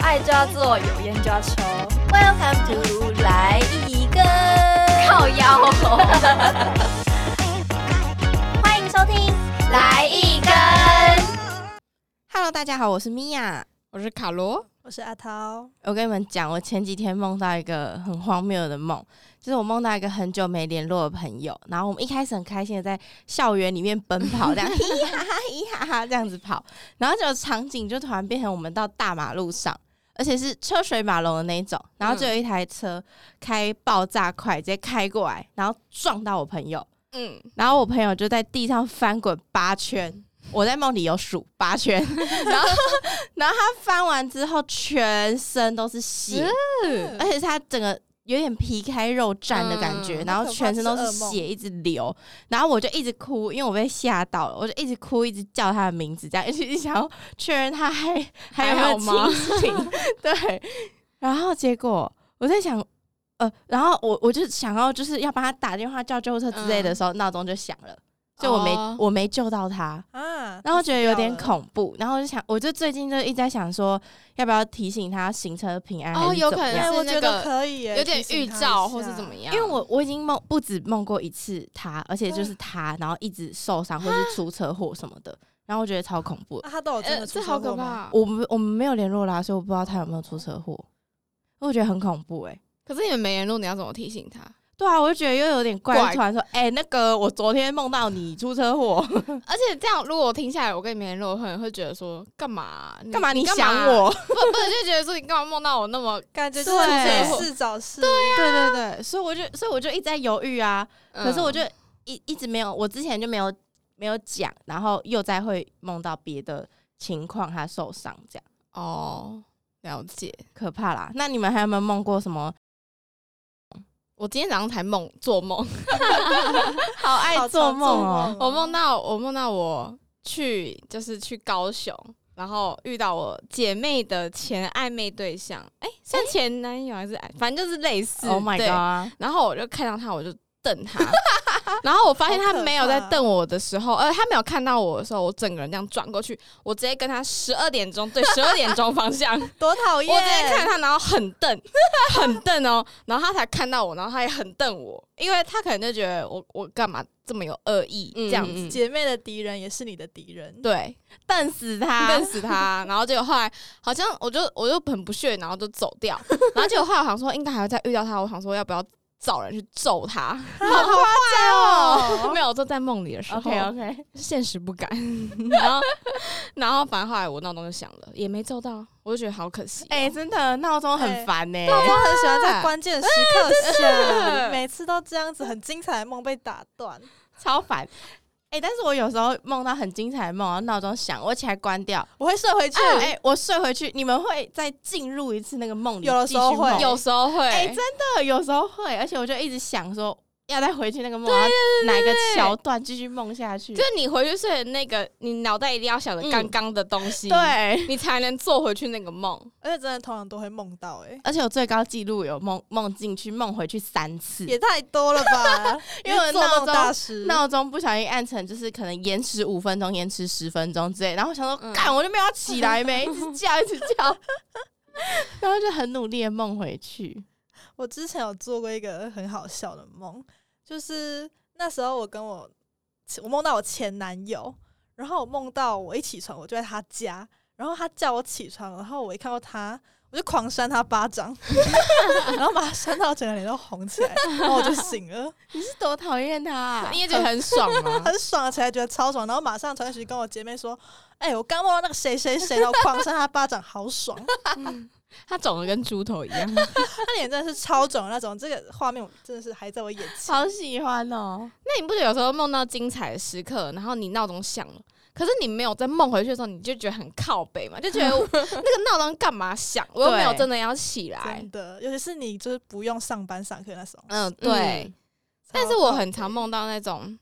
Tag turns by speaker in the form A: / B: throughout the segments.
A: 爱就要做，有烟就要抽，
B: Welcome to 来一根，
A: 靠腰、
B: 欢迎收听来一根。
C: Hello，大家好，我是米娅，我是卡罗。
A: 我是阿涛，
C: 我跟你们讲，我前几天梦到一个很荒谬的梦，就是我梦到一个很久没联络的朋友，然后我们一开始很开心的在校园里面奔跑， 这样嘻哈哈嘻哈哈这样子跑，然后就场景就突然变成我们到大马路上，而且是车水马龙的那一种，然后就有一台车开爆炸快，直接开过来，然后撞到我朋友，
B: 嗯，
C: 然后我朋友就在地上翻滚八圈，我在梦里有数八圈，然后 然后他翻完之后全身都是血，
B: 嗯
C: 而且他整个有点皮开肉绽的感觉，
B: 嗯
C: 然后全身都是
A: 好可怕是噩
C: 血一直流，然后我就一直哭，因为我被吓到了，我就一直哭，一直叫他的名字，这样一直一直想要确认他还还有没
B: 还好吗
C: 有清 醒，对，然后结果我在想。呃，然后我我就想要就是要帮他打电话叫救护车之类的时候，闹钟就响了，所以我没、
B: 哦
C: 我没救到他，
A: 啊
C: 然后觉得有点，恐怖，然后我就想，我就最近就一直在想说，要不要提醒他行车平安，
B: 哦
C: 还是
B: 有
C: 怎么
B: 可能
C: 样
B: 哎
A: 哎，
B: 我
A: 我
B: 觉
A: 觉
B: 得
A: 得可以，
B: 有点预兆或是怎么样？
A: 样。
C: 因为我我已经梦不止梦过一次他，而且就是他，然后一直受伤或是出车祸什么的，然后我觉得超恐怖的。
A: 啊、他都有真
B: 呃，
A: 的
B: 这
A: 出
B: 好
A: 车
B: 可
A: 祸吗？
B: 怕。
C: 我们我们没有联络啦，所以我不知道他有没有出车祸，我觉得很恐怖哎、
B: 可是你们没联络，你要怎么提醒他？
C: 对啊，我就觉得又有点怪，
B: 怪
C: 突然说，哎、那个我昨天梦到你出车祸，
B: 而且这样，如果我停下来，我跟你没联络，我可能会觉得说，干嘛？
C: 干嘛你
B: 干
C: 想我？
B: 不不是，就觉得说你干嘛梦到我那么……
A: 感觉就是
C: 对
A: 没事找事，对
B: 啊
C: 对对对，所以我就所以我就一直在犹豫啊，可是我
B: 就
C: 就一一直没有，我之前就没有没有讲，然后又再会梦到别的情况，他受伤这样
B: 哦，了解。
C: 可怕啦。那你们还有没有梦过什么？
B: 我今天早上才梦做梦，
C: 好爱做梦哦、
B: 我梦到我梦到我去就是去高雄，然后遇到我姐妹的前暧昧对象，哎、算前男友还是暧反正就是类似。
C: o h Oh my
B: 哦对
C: god！
B: 然后我就看到他，我就 瞪他，然后我发现他没有在瞪我的时候，呃，他没有看到我的时候，我整个人这样转过去，我直接跟他十二点钟对十二点钟方 向，
A: 多讨厌！
B: 我直接看他，然后很瞪， 很瞪哦，然后他才看到我，然后他也很瞪我，因为他可能就觉得我我干嘛这么有恶意
C: 嗯
B: 这样
C: 嗯
B: 子，
C: 嗯
A: 姐妹的敌人也是你的敌人，
B: 对，
C: 瞪死他
B: 瞪！死他，然后结果后来好像我就我就很不屑，然后就走掉，然后结果后来我想说应该还会再遇到他，我想说要不要找人去揍他，好夸张哦， 没有，就在梦里的时候
C: OK OK，
B: 现实不敢，然后然后反正后来我闹钟就响了，也没揍到，我就觉得好可惜哦、
C: 哎、真的闹钟很烦呢、
B: 哎
A: 我很喜欢在关键时刻下，
B: 嗯的
A: 每次都这样子，很精彩的梦被打断。
C: 超烦。哎、但是我有时候梦到很精彩的梦，然后闹钟响，我起来关掉，
A: 我会睡回去，
B: 啊
C: 哎、我睡回去。你们会再进入一次那个梦里，
A: 有的时候
C: 继续梦
A: 会
B: 有时候会，
C: 哎、真的有时候会，而且我就一直想说，要再回去那个梦，然后哪一个桥段继续梦下去
B: 就。是你回去睡的那个，你脑袋一定要想着刚刚的东西，，
C: 对，
B: 你才能做回去那个梦。
A: 而且真的通常都会梦到、哎，
C: 而且我最高记录有梦梦进去梦回去三次，！
A: 也太多了 吧
C: 因为我
A: 你是做
C: 闹
A: 梦
C: 钟
A: 大师，
C: 闹钟不小心按成就是可能延迟五分钟、延迟十分钟之类，然后我想说，
B: 嗯
C: 干、我就没有要起来没，一直叫一直叫， 然后就很努力的梦回去。
A: 我之前有做过一个很好笑的梦，就是那时候我跟我我梦到我前男友，然后我梦到我一起床我就在他家，然后他叫我起床，然后我一看到他。我就狂扇他巴掌， 然后把他扇到整个脸都红起来，然后我就醒了，
C: 你是多讨厌他、啊
B: 你？也觉得很爽 吗？
A: 很爽起来，觉得超爽，然后马上传讯息跟我姐妹说：“哎、我刚梦到那个谁谁谁，然后狂扇他巴掌，好爽！
B: 他肿的跟猪头一样。
A: 他脸真的是超肿的那种，这个画面我真的是还在我眼前。
C: 好喜欢哦！
B: 那你不觉得有时候梦到精彩的时刻，然后你闹钟响了，可是你没有在梦回去的时候，你就觉得很靠北嘛，就觉得 那个闹钟干嘛响？我又没有真的要起来
A: 真。的，尤其是你就是不用上班上课那种。
B: 嗯，对
C: 嗯。
B: 但是我很
A: 超
B: 常梦到那种，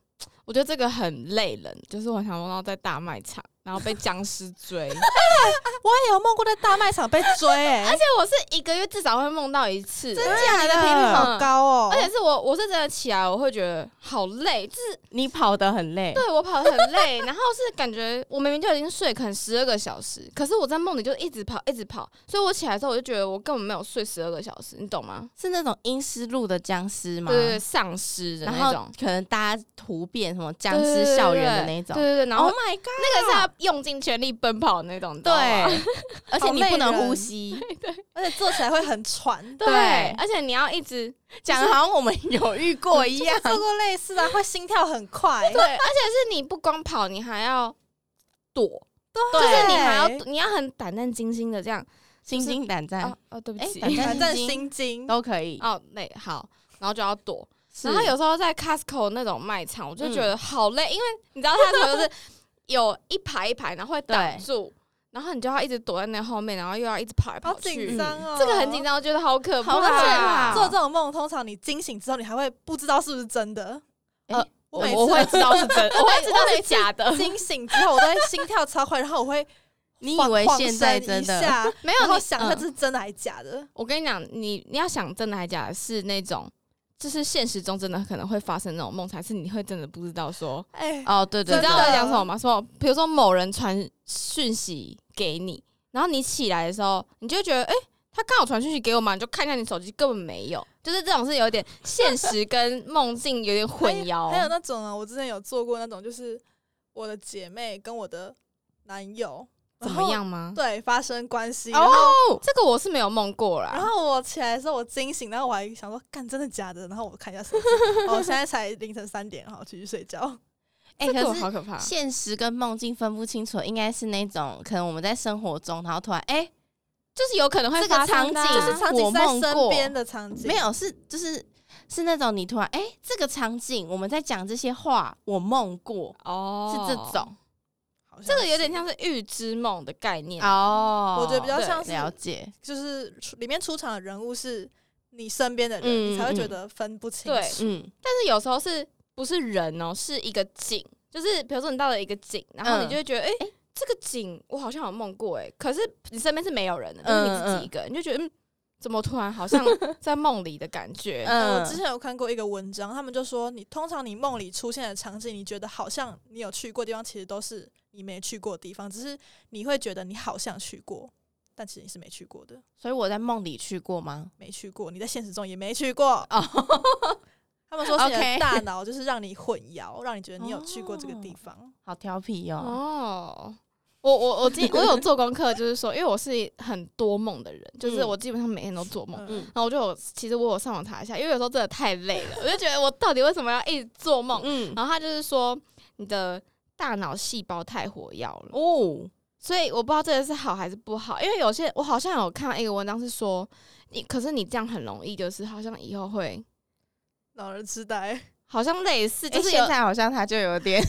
B: 我觉得这个很累人，就是我很常梦到在大卖场，然后被僵尸 追，
A: 我也哎有梦过在大卖场被追、 欸，
B: 而且我是一个月至少会梦到一次，
A: 真假的频率好高哦、
B: 而且是我我是真的起来我会觉得好累，就是
C: 你跑得很累，
B: 对我跑得很累，然后是感觉我明明就已经睡可能十二个小时，可是我在梦里就一直跑一直跑，所以我起来之后我就觉得我根本没有睡十二个小时，你懂吗？
C: 是那种阴湿路的僵尸吗？
B: 对对对，丧尸的
C: 然
B: 那
C: 后
B: 种。
C: 可能大家突变什么僵尸校园的那种
B: 对。对对，然后
C: Oh my god！
B: 那个是他用尽全力奔跑的那种，你知道吗
C: 对，而且你不能呼吸，
A: 而且坐起来会很喘，
B: 对
C: 对
B: 而且你要一直
C: 讲得好像我们有遇过一 样。
A: 做过类似的、啊，会心跳很快，
B: 对，而且是你不光跑，你还要躲，
A: 对
B: 就是你还要你要很胆战心惊的这样。
C: 心惊胆战
B: 哦哦，对不
C: 哎
B: 起，
C: 胆
A: 反正
C: 心
A: 心惊，
C: 都可以。
B: 哦，累好，然后就要躲。
C: 是嗯
B: 然后有时候在 Costco 那种卖场，我就觉得好累，因为你知道它时候就是有一排一排，然后会挡
C: 对
B: 住，然后你就要一直躲在那后面，然后又要一直跑来
A: 好
B: 跑去
A: 紧，张哦，
B: 这个很紧。张，我觉得好可怕，
C: 好可怕
A: 做这种梦，通常你惊醒之后，你还会不知道是不是真的。
C: 哎
A: 呃，
B: 我
A: 每
B: 我
A: 次
B: 会知道是真， 我会知道
A: 我每
B: 是假的，
A: 惊醒之后，我都会心跳超快，然后我会
C: 你以
A: 晃
C: 为
A: 晃
C: 现在
A: 神
C: 真
A: 一
C: 的？
A: 下
B: 没
A: 然
B: 有
A: 后
B: 你
A: 想一下这是真的还是假的？
B: 嗯我跟你讲，你你要想真的还假的，是那种就是现实中真的可能会发生那种梦，才是你会真的不知道说，
A: 哎，
C: 哦，对
B: 你
C: 对
B: 知
A: 真
B: 道
A: 的
B: 我
C: 对，
B: 在讲什么吗？说比如说某人传讯息给你，然后你起来的时候，你就会觉得哎。诶他刚好传讯息给我嘛，你就看一下你手机，根本没有，就是这种是有点现实跟梦境有点混淆。
A: 还有那种啊，我之前有做过那种，就是我的姐妹跟我的男友
B: 怎
A: 然
B: 么
A: 后
B: 样吗？
A: 对发生关系，然后
B: 哦，这个我是没有梦过啦。
A: 然后我起来的时候我惊醒，然后我还想说干真的假的，然后我看一下手机，哦，现在才凌晨三点，好继续睡觉。
C: 哎，
B: 这个
C: 可
B: 我
C: 是
B: 好可怕。
C: 现实跟梦境分不清楚，应该是那种可能我们在生活中，然后突然哎、
B: 就是有可能会
C: 这个
B: 发生的啊
C: 场景
A: 就是场景
C: 我
A: 是在
C: 梦
A: 身
C: 过
A: 边的场景，
C: 没有是就是是那种你突然哎、这个场景我们在讲这些话，我梦过
B: 哦，
C: 是这种
A: 好像
B: 这个有点
A: 是，
B: 像是预知梦的概念。
C: 哦
A: 我觉得比较
C: 对
A: 像是
C: 了解，
A: 就是出里面出场的人物是你身边的人，
B: 嗯
A: 你才会觉
C: 嗯
A: 得分不清
B: 对
A: 楚。
C: 嗯，
B: 但是有时候是不是人哦、是一个景，就是比如说你到了一个景，然后
C: 嗯
B: 你就会觉得，哎、这个景我好像有梦过、诶，哎，可是你身边是没有人的，就是你自己一个人，你就觉得，嗯，怎么突然好像在梦里的感觉？
A: 呃我
C: 嗯
A: 之前有看过一个文章，他们就说，你通常你梦里出现的场景，你觉得好像你有去过的地方，其实都是你没去过的地方，只是你会觉得你好像去过，但其实你是没去过的，
C: 所以我在梦里去过吗？
A: 没去过，你在现实中也没去过。
C: 哦，
A: 他们说是你的
C: OK
A: 大脑就是让你混淆，让你觉得你有去过这个地
C: 哦
A: 方。
C: 好调皮哦，
B: 哦。我我我今我有做功课，就是说，因为我是很多梦的人，就是
C: 嗯
B: 我基本上每天都做梦，
C: 嗯
A: 嗯
B: 然后我就有其实我有上网查一下，因为有时候真的太累了，我就觉得我到底为什么要一直做梦？
C: 嗯
B: 然后他就是说你的大脑细胞太活跃了，
C: 哦，
B: 所以我不知道这个是好还是不好，因为有些我好像有看到一个文章是说你，可是你这样很容易就是好像以后会
A: 老人痴呆，
B: 好像类似
C: 就
B: 就是是有、
C: 哎现在好像他就有点，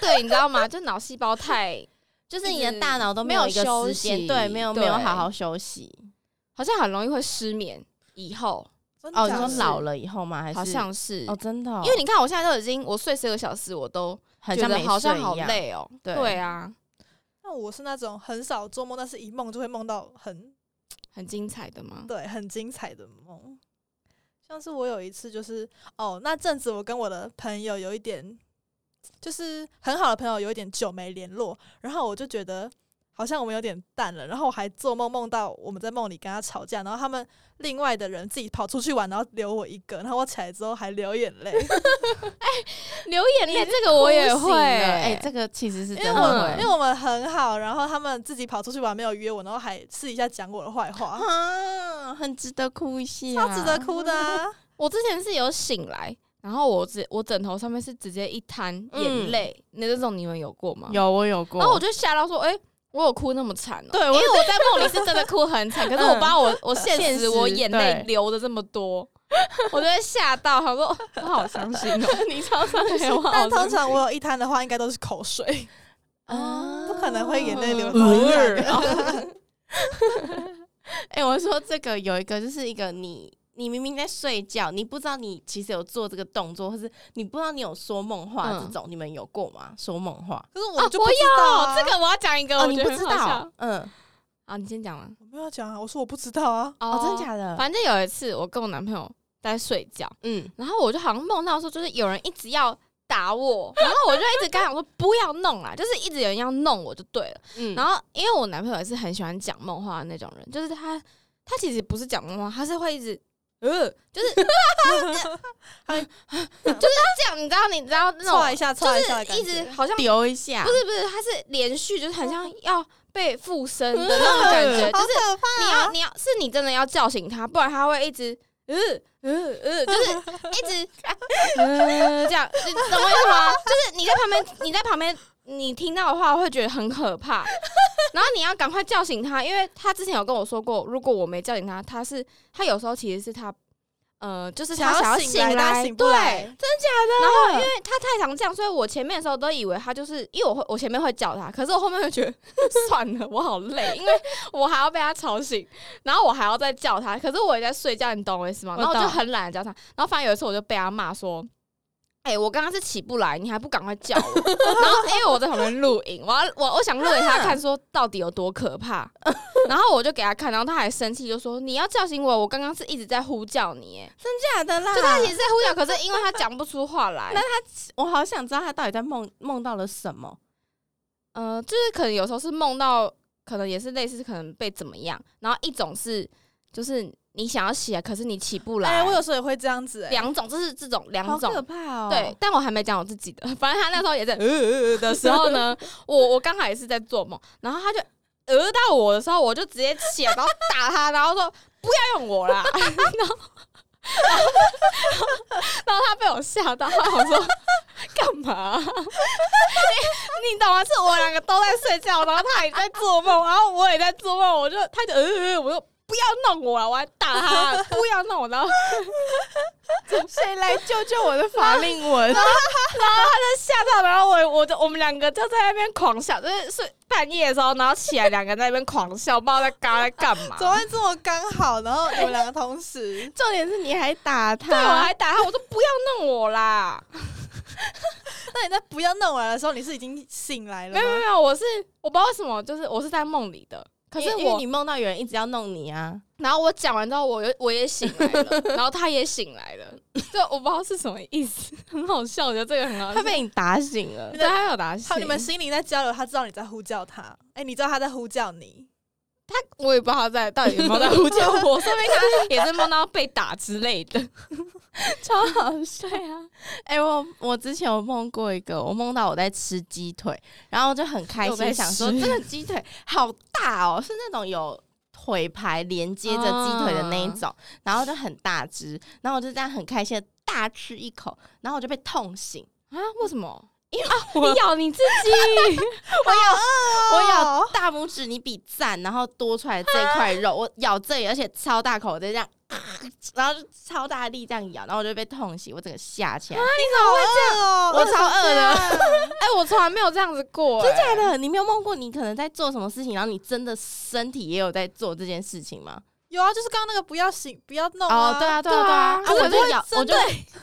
B: 对，你知道吗？就脑细胞太
C: 就是你的大脑都
B: 没
C: 有
B: 有
C: 一个
B: 休
C: 时间，
B: 息
C: 对，没有没有
B: 对
C: 好好休息。
B: 好像很容易会失眠，以后
A: 真的
C: 哦，你
A: 假
C: 说
A: 的
C: 老了以后吗？还是
B: 好像是。
C: 哦，真的哦、
B: 因为你看，我现在都已经我睡十个小时，我都
C: 很
B: 觉
C: 像
B: 得
C: 没
B: 好像
C: 睡一
B: 好
C: 样，
B: 累哦、
C: 对
B: 对啊，
A: 那我是那种很少做梦，但是一梦就会梦到很
B: 很精彩的 吗？
A: 对很精彩的梦。像是我有一次就是哦，那阵子我跟我的朋友有一点，就是很好的朋友有一点久没联络，然后我就觉得好像我们有点淡了，然后我还做梦梦到我们在梦里跟他吵架，然后他们另外的人自己跑出去玩，然后留我一个，然后我起来之后还流眼泪，
B: 流眼泪哎这个我也
C: 哭醒
B: 会，
C: 了哎、这个其实是
A: 因
C: 真的
A: 为我
C: 会
A: 们因为我们很好，然后他们自己跑出去玩没有约我，然后还私底下讲我的坏话，
C: 啊，很值得哭一下，
A: 超值得哭的、啊。
B: 我之前是有醒来，然后我直我枕头上面是直接一滩眼泪，那这种你们有过吗？。
C: 嗯有我有过，
B: 然后我就吓到说，哎、我有哭那么惨哦、
C: 对
B: 因
C: 我嗯
B: 为我在梦里是真的哭很惨，可是我不知道我我现
C: 现
B: 实
C: 实
B: 我眼泪
C: 对
B: 流的这么多，我就会吓到，想说我好伤心哦、 你超伤心，我好
A: 但
B: 伤
A: 通
B: 心
A: 常我有一摊的话，应该都是口水，
C: 啊
B: 哦
A: 不可能会眼泪流
B: 嗯
A: 到一摊
B: 偶尔
A: 的。
C: 哎、我说这个有一个，就是一个你你明明在睡觉，你不知道你其实有做这个动作，或是你不知道你有说梦话
B: 嗯
C: 这种，你们有过吗？说梦话？
A: 可是
B: 啊
A: 我就不知道、啊
B: 这个我要讲一个，
C: 哦，
B: 我
C: 你
B: 觉
C: 不
B: 得
C: 知
B: 很好笑
C: 道？嗯，
B: 啊，你先讲完。
A: 我没有讲啊，我说我不知道啊，
C: 哦，真的假的？
B: 反正有一次我跟我男朋友在睡觉，
C: 嗯，
B: 然后我就好像梦到说，就是有人一直要打我，然后我就一直跟他讲说不要弄啦，就是一直有人要弄我就对了。
C: 嗯
B: 然后因为我男朋友也是很喜欢讲梦话的那种人，就是他他其实不是讲梦话，他是会一直。呃，就是 这样，你知道，你知道那
A: 踹
B: 种，
A: 一下，
B: 就
A: 踹一下的
B: 是
A: 感
B: 一
A: 觉，
B: 直好像
C: 丢一下，
B: 不是不是，他是连续，就是很
A: 嗯
B: 像要被附身的那种感 觉，就
A: 好
B: 是
A: 可怕，
B: 你要你要是你真的要叫醒他，不然他会一直呃呃 呃，就是一直啊呃这样，你懂我意思 吗？就是你在旁边，你在旁边，你听到的话会觉得很可怕， 然后你要赶快叫醒他，因为他之前有跟我说过，如果我没叫醒他，他是他有时候其实是他。呃，就是他想要
A: 醒
B: 来，
A: 但醒不
B: 对，
A: 来，
B: 然后因为他太常这样，所以我前面的时候都以为他就是，因为我会我前面会叫他，可是我后面就觉得 算了，我好累，因为我还要被他吵醒，然后我还要再叫他，可是我也在睡觉，你懂我意思吗？
C: 我
B: 然后我就
C: 懂
B: 很懒得叫他，然后反正有一次我就被他骂说。哎、我刚刚是起不来，你还不赶快叫我？ 然后因为我在旁边录影，我要我我想录给他看，说到底有多可怕。然后我就给他看，然后他还生气，就说你要叫醒我，我刚刚是一直在呼叫你。哎，
C: 真假的啦？
B: 就他其实在呼叫，可是因为他讲不出话来，
C: 我好想知道他到底在梦梦到了什 么。
B: 呃，就是可能有时候是梦到，可能也是类似，可能被怎么样。然后一种是，就是你想要起来，可是你起不来。
A: 哎、我有时候也会这样子、哎，
B: 两种，就是这种
C: 好
B: 两
C: 可
B: 种。
C: 怕哦！
B: 对，，但我还没讲我自己的。反正他那时候也在呃呃呃的时候呢，我我刚好也是在做梦，然后他就呃到我的时候，我就直接起来，然后打他，然后说不要用我啦。 然后，然后他被我吓到，他好说干嘛、啊 你你懂吗？是我们两个都在睡觉，然后他也在做梦，然后我也在做梦，我就他就呃呃，呃我就不要弄我了，我还打他，不要弄我，然后。
C: 谁来救救我的法 令纹？，
B: 吓到，然后我我就我们两个就在那边狂笑，就是是半夜的时候，然后起来两个人在那边狂笑，不知道在嘎在干嘛。
A: 怎么会这么刚好？然后你们两个同时
C: 重点是你还打他，
B: 对，我啊还打他，我说不要弄我啦！
A: 那你在不要弄完的时候，你是已经醒来了
B: 没有没有
A: 吗？
B: 没有，我是我不知道为什么，就是我是在梦里的，可是
C: 因为因为
B: 我
C: 你梦到有人一直要弄你啊，
B: 然后我讲完之后，我又我也醒来 了，然后他也醒来了，就我不知道是什么意思，很好笑，我觉得这个很好笑
C: 他。被你打醒 了
B: 对，。他有打
A: 好，
B: 醒
A: 你们心灵在交流，他知道你在呼叫他，哎、你知道他在呼叫你，
B: 我也不知道他在到底有没有在呼救我，说明他也是梦到被打之类的。
C: 超好笑。
B: 对 啊，
C: 哎、我我之前有梦过一个，我梦到我在吃鸡腿，然后我就很开
B: 又在
C: 心，想说
B: 吃
C: 这个鸡腿好大哦，是那种有。腿排连接着鸡腿的那
B: 啊
C: 一种，然后就很大只，然后我就这样很开心的大吃一口，然后我就被痛醒，
B: 啊，为什么？
C: 因为
B: 啊，你咬你自己，
A: 我有
C: 我咬
B: 哦
C: 大拇指你比赞，然后多出来这一块肉，我咬这里，而且超大口，我就这样，然后就超大力这样咬，然后我就被痛醒，我整个吓
B: 啊
C: 起来。
A: 饿哦，
C: 我超饿的
A: 的，
B: 哎、我从来没有这样子过、
C: 真
B: 哎
C: 假的？你没有梦过你可能在做什么事情，然后你真的身体也有在做这件事情吗？
A: 有啊，就是刚刚那个不要醒，不要弄
C: 哦，对啊，对啊，对啊，
B: 对啊
C: 我就咬，我就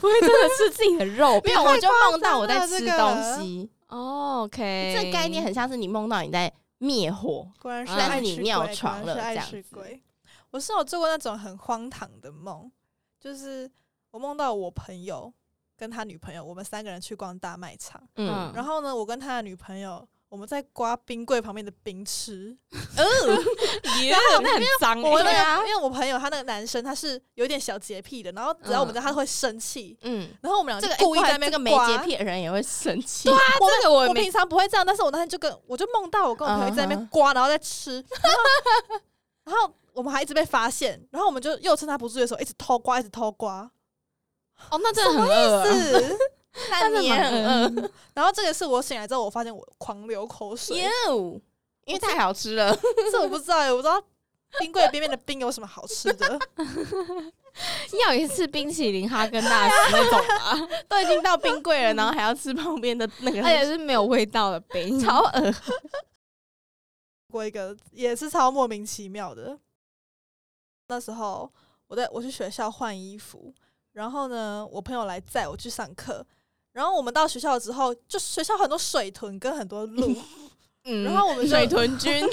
B: 不会真的吃自己的肉
C: 没有，我就梦到我在
A: 太夸张了
C: 吃
A: 这个
C: 东西。
B: 哦 OK，
C: 这概念很像是你梦到你在灭 火，
A: 果然是
B: 但是
A: 爱
C: 啊你
A: 吃
C: 尿
A: 鬼，果
C: 床
A: 然
C: 了
A: 是爱
C: 这样
A: 吃
C: 子
A: 鬼。我是有做过那种很荒唐的梦，就是我梦到我朋友跟他女朋友，我们三个人去逛大卖场，
C: 嗯，
B: 嗯
A: 然后呢，我跟他的女朋友。我们在刮冰柜旁边的 冰吃，呃
B: 然后那很脏、
A: 我
B: 哎
A: 那
C: 对
A: 个
C: 啊
A: 因为我朋友他那个男生他是有点小洁癖的，然后只要我们在他会生气，
C: 嗯，
A: 哎然后我们俩
C: 这
A: 就
C: 个
A: 故意在那
C: 这
A: 边
C: 个没
A: 刮
C: 洁癖的人也会生气，
B: 啊这个我
A: 我
B: 没
A: 平常不会这样，但是我那天就跟我就梦到我跟我朋友一直在那
C: 嗯
A: 边
C: 哼
A: 刮，然后在吃，然后然后我们还一直被发现，然后我们就又趁他不注意的时候一直偷刮，一直偷刮，
B: 哦，那真的
C: 嗯
B: 很饿、啊。
A: 是。
C: 但你也很
B: 嗯
C: 饿，
A: 然后这个是我醒来之后，我发现我狂流 口水，
C: 哟因为太好吃了。
A: 这我不知道欸，我不知道冰柜边边的冰有什么好吃的，
B: 要一次冰淇淋哈根达斯那种啊，
C: 都已经到冰柜了，然后还要吃旁边的那 个，
B: 而且是没有味道的冰。
C: 啊超恶。
A: 过一个也是超莫名其妙的。那时候我我在我去学校换衣服，然后呢，我朋友来载我去上课，然后我们到学校之后，就学校很多水豚跟很多 鹿，
B: 嗯
A: 然后我们就
B: 水豚君，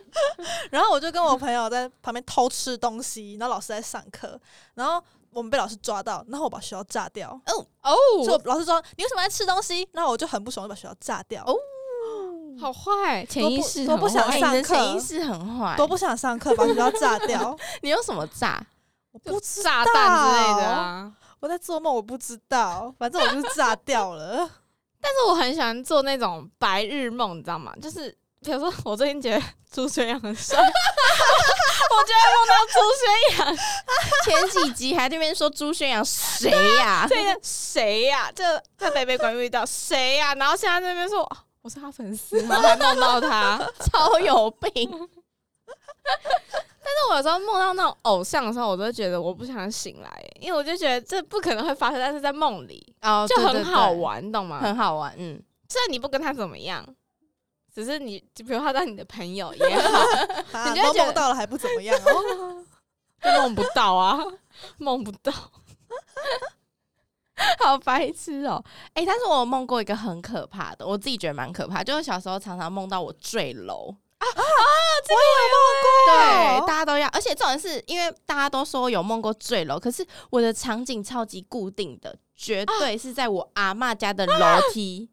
A: 然后我就跟我朋友在旁边偷吃东西，然后老师在上课，然后我们被老师抓到，然后我把学校炸掉。
B: 哦，
A: 就老师说你为什么在吃东西？然后我就很不爽，就把学校炸掉。
B: 哦好坏，潜意识
A: 多不
B: 很坏
A: 想
C: 哎，
A: 上
C: 你的
A: 课
C: 潜意识很坏，
A: 多不想上课，把学校炸掉。
C: 你用什么炸？
A: 我不知
B: 炸弹之类的啊。
A: 我在做梦，我不知道，反正我就是炸掉 了。
B: 但是我很喜欢做那种白日梦，你知道吗？就是比如说，我最近觉得朱学阳很帅，我就会梦到朱学阳。
C: 前几集还在那边说朱宣阳谁呀？
B: 啊这个谁呀、这在北北馆遇到谁呀、然后现在在那边说、哦我是他粉丝，然后还梦到他。但
C: 超有病！
B: 是我有时候梦到 那种偶像的时候，我都会觉得我不想醒来，因为我就觉得这不可能会发生，但是在梦里
C: 哦
B: 就
C: 对
B: 很
C: 对
B: 好
C: 对
B: 玩，你懂吗？
C: 很好玩，嗯，
B: 虽然你不跟他怎么样，只是你，就比如他当你的朋友也好，
A: 啊，
B: 就会
A: 都
B: 觉得
A: 梦到了还不怎么样 哦。
B: 就梦不到啊，梦不到。
C: 好白痴哦、哎、但是我有梦过一个很可怕的，我自己觉得蛮可怕，就是小时候常常梦到我坠楼。对，大家都要，而且重点是因为大家都说有梦过坠楼，可是我的场景超级固定的，绝对是在我阿嬷家的楼梯。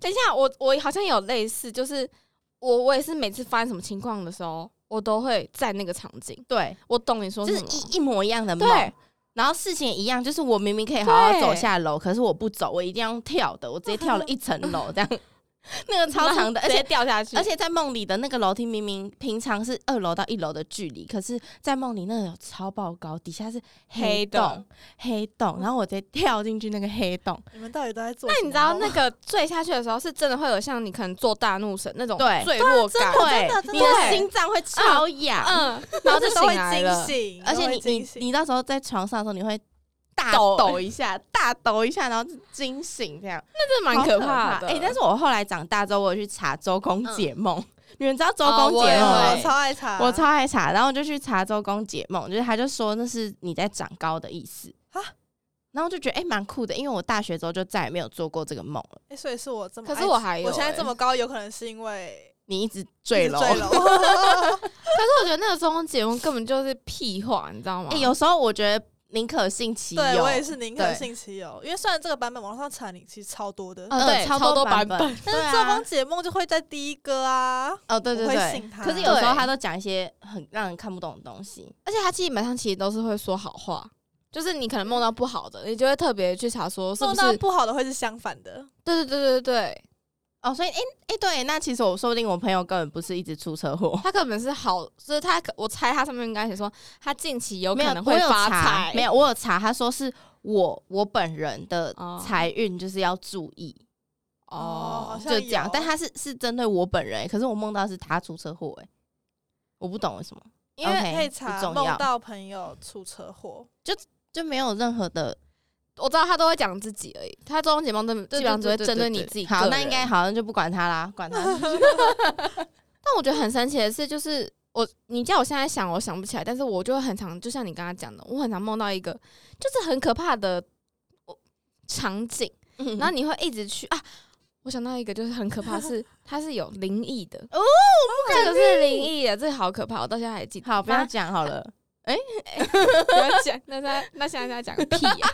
B: 等一下，我我好像有类似，就是我我也是每次发生什么情况的时候，我都会在那个场景。
C: 对，
B: 我懂你说
C: 就是
B: 什么
C: 一一模一样的梦。
B: 对，
C: 然后事情也一样，就是我明明可以好好
B: 对
C: 走下楼，可是我不走，我一定要用跳的，我直接跳了一层 楼这样，那个超长的，而
B: 直接
C: 且
B: 掉下去，
C: 而且在梦里的那个楼梯，明明平常是二楼到一楼的距离，可是在梦里那有超爆高，底下是黑
B: 黑的
C: 洞，黑洞，然后我直接跳进去那个黑洞，
A: 你们到底都在做
B: 那
A: 什么梦？
B: 你知道那个坠下去的时候，是真的会有像你可能做大怒神那种
C: 对
B: 坠落感，
C: 对
A: 真的，
C: 你的
B: 对啊
C: 心脏会超痒，
B: 嗯，然后就
A: 都
B: 醒
A: 会
B: 来
A: 惊
B: 了。
A: 醒，
C: 嗯而且
A: 都会
C: 你
A: 惊
C: 你
A: 醒
C: 你到时候在床上的时候，你会大
B: 抖
C: 抖一下，大抖一下，然后惊醒这样。
B: 这蛮可怕的。
C: 哎、但是我后来长大之后，我有去查周公解梦，你们知道周
B: 哦
C: 公
B: 我
C: 解
B: 也
C: 梦
B: 会
C: 吗？
A: 我超爱查，
C: 我超爱查，然后我就去查周公解梦，就是他就说那是你在长高的意思
A: 啊
C: 然后我就觉得哎蛮、酷的，因为我大学之后就再也没有做过这个梦了。
A: 哎，所以是我这么爱，
B: 可是我还有
A: 我现在
B: 欸
A: 这么高，有可能是因为
C: 你一直
A: 一
C: 坠
A: 直
C: 楼，
A: 坠
C: 哎、
A: 楼，
B: 可是我觉得那个综艺节目根本就是屁话，你知道吗？
C: 哎有时候我觉得宁可信其有，
A: 对我也是宁可
C: 对
A: 信其有，因为虽然这个版本网上查你其实超多的，
C: 嗯、
B: 对
C: 超
B: 超多
C: 版啊
B: 版本
A: 但是周公解梦就会在第一个啊，
C: 哦，对对
A: 我会
C: 对
A: 信，他
C: 可是有时候
B: 啊对
C: 他都讲一些很让人看不懂的东西，
B: 而且他基本上其实都是会说好话，就是你可能梦到不好的，你就会特别去查说是不
A: 梦
B: 是
A: 到不好的会是相反的，
B: 对对对对对，
C: 哦，所以哎哎、诶对，那其实我说不定我朋友根本不是一直出车祸，
B: 他根本是好，就是他可我猜他上面应该写说他近期有
C: 没有
B: 可能 会
C: 我有
B: 发
C: 查
B: 财，
C: 没有我有查，他说是我我本人的
B: 哦
C: 财运就是要注意，
A: 哦好像
C: 就这样
A: 有，
C: 但他是是针对我本人欸、可是我梦到是他出车祸哎、我不懂为什么，
A: 因为
C: OK，
A: 可以
C: 不
A: 查
C: 重
A: 梦
C: 要
A: 到朋友出车祸，
C: 就没有任何的
B: 我知道他都会讲自己而已，他这种节目都基本上只会针对你自己个人。
C: 好，那应该好像就不管他啦，管 他
B: 但我觉得很神奇的是，就是我你叫我现在想，我想不起来，但是我就会很常，就像你刚刚讲的，我很常梦到一个就是很可怕的我场景，然后你会一直去啊。我想到一个就是很可怕， 是它是有灵异的
C: 哦
B: 这个是灵异的，这个好可怕，我到现在还记得。
C: 好不要
B: 反
C: 讲好了，
B: 正不要 讲，那他那现在在讲个屁啊呀、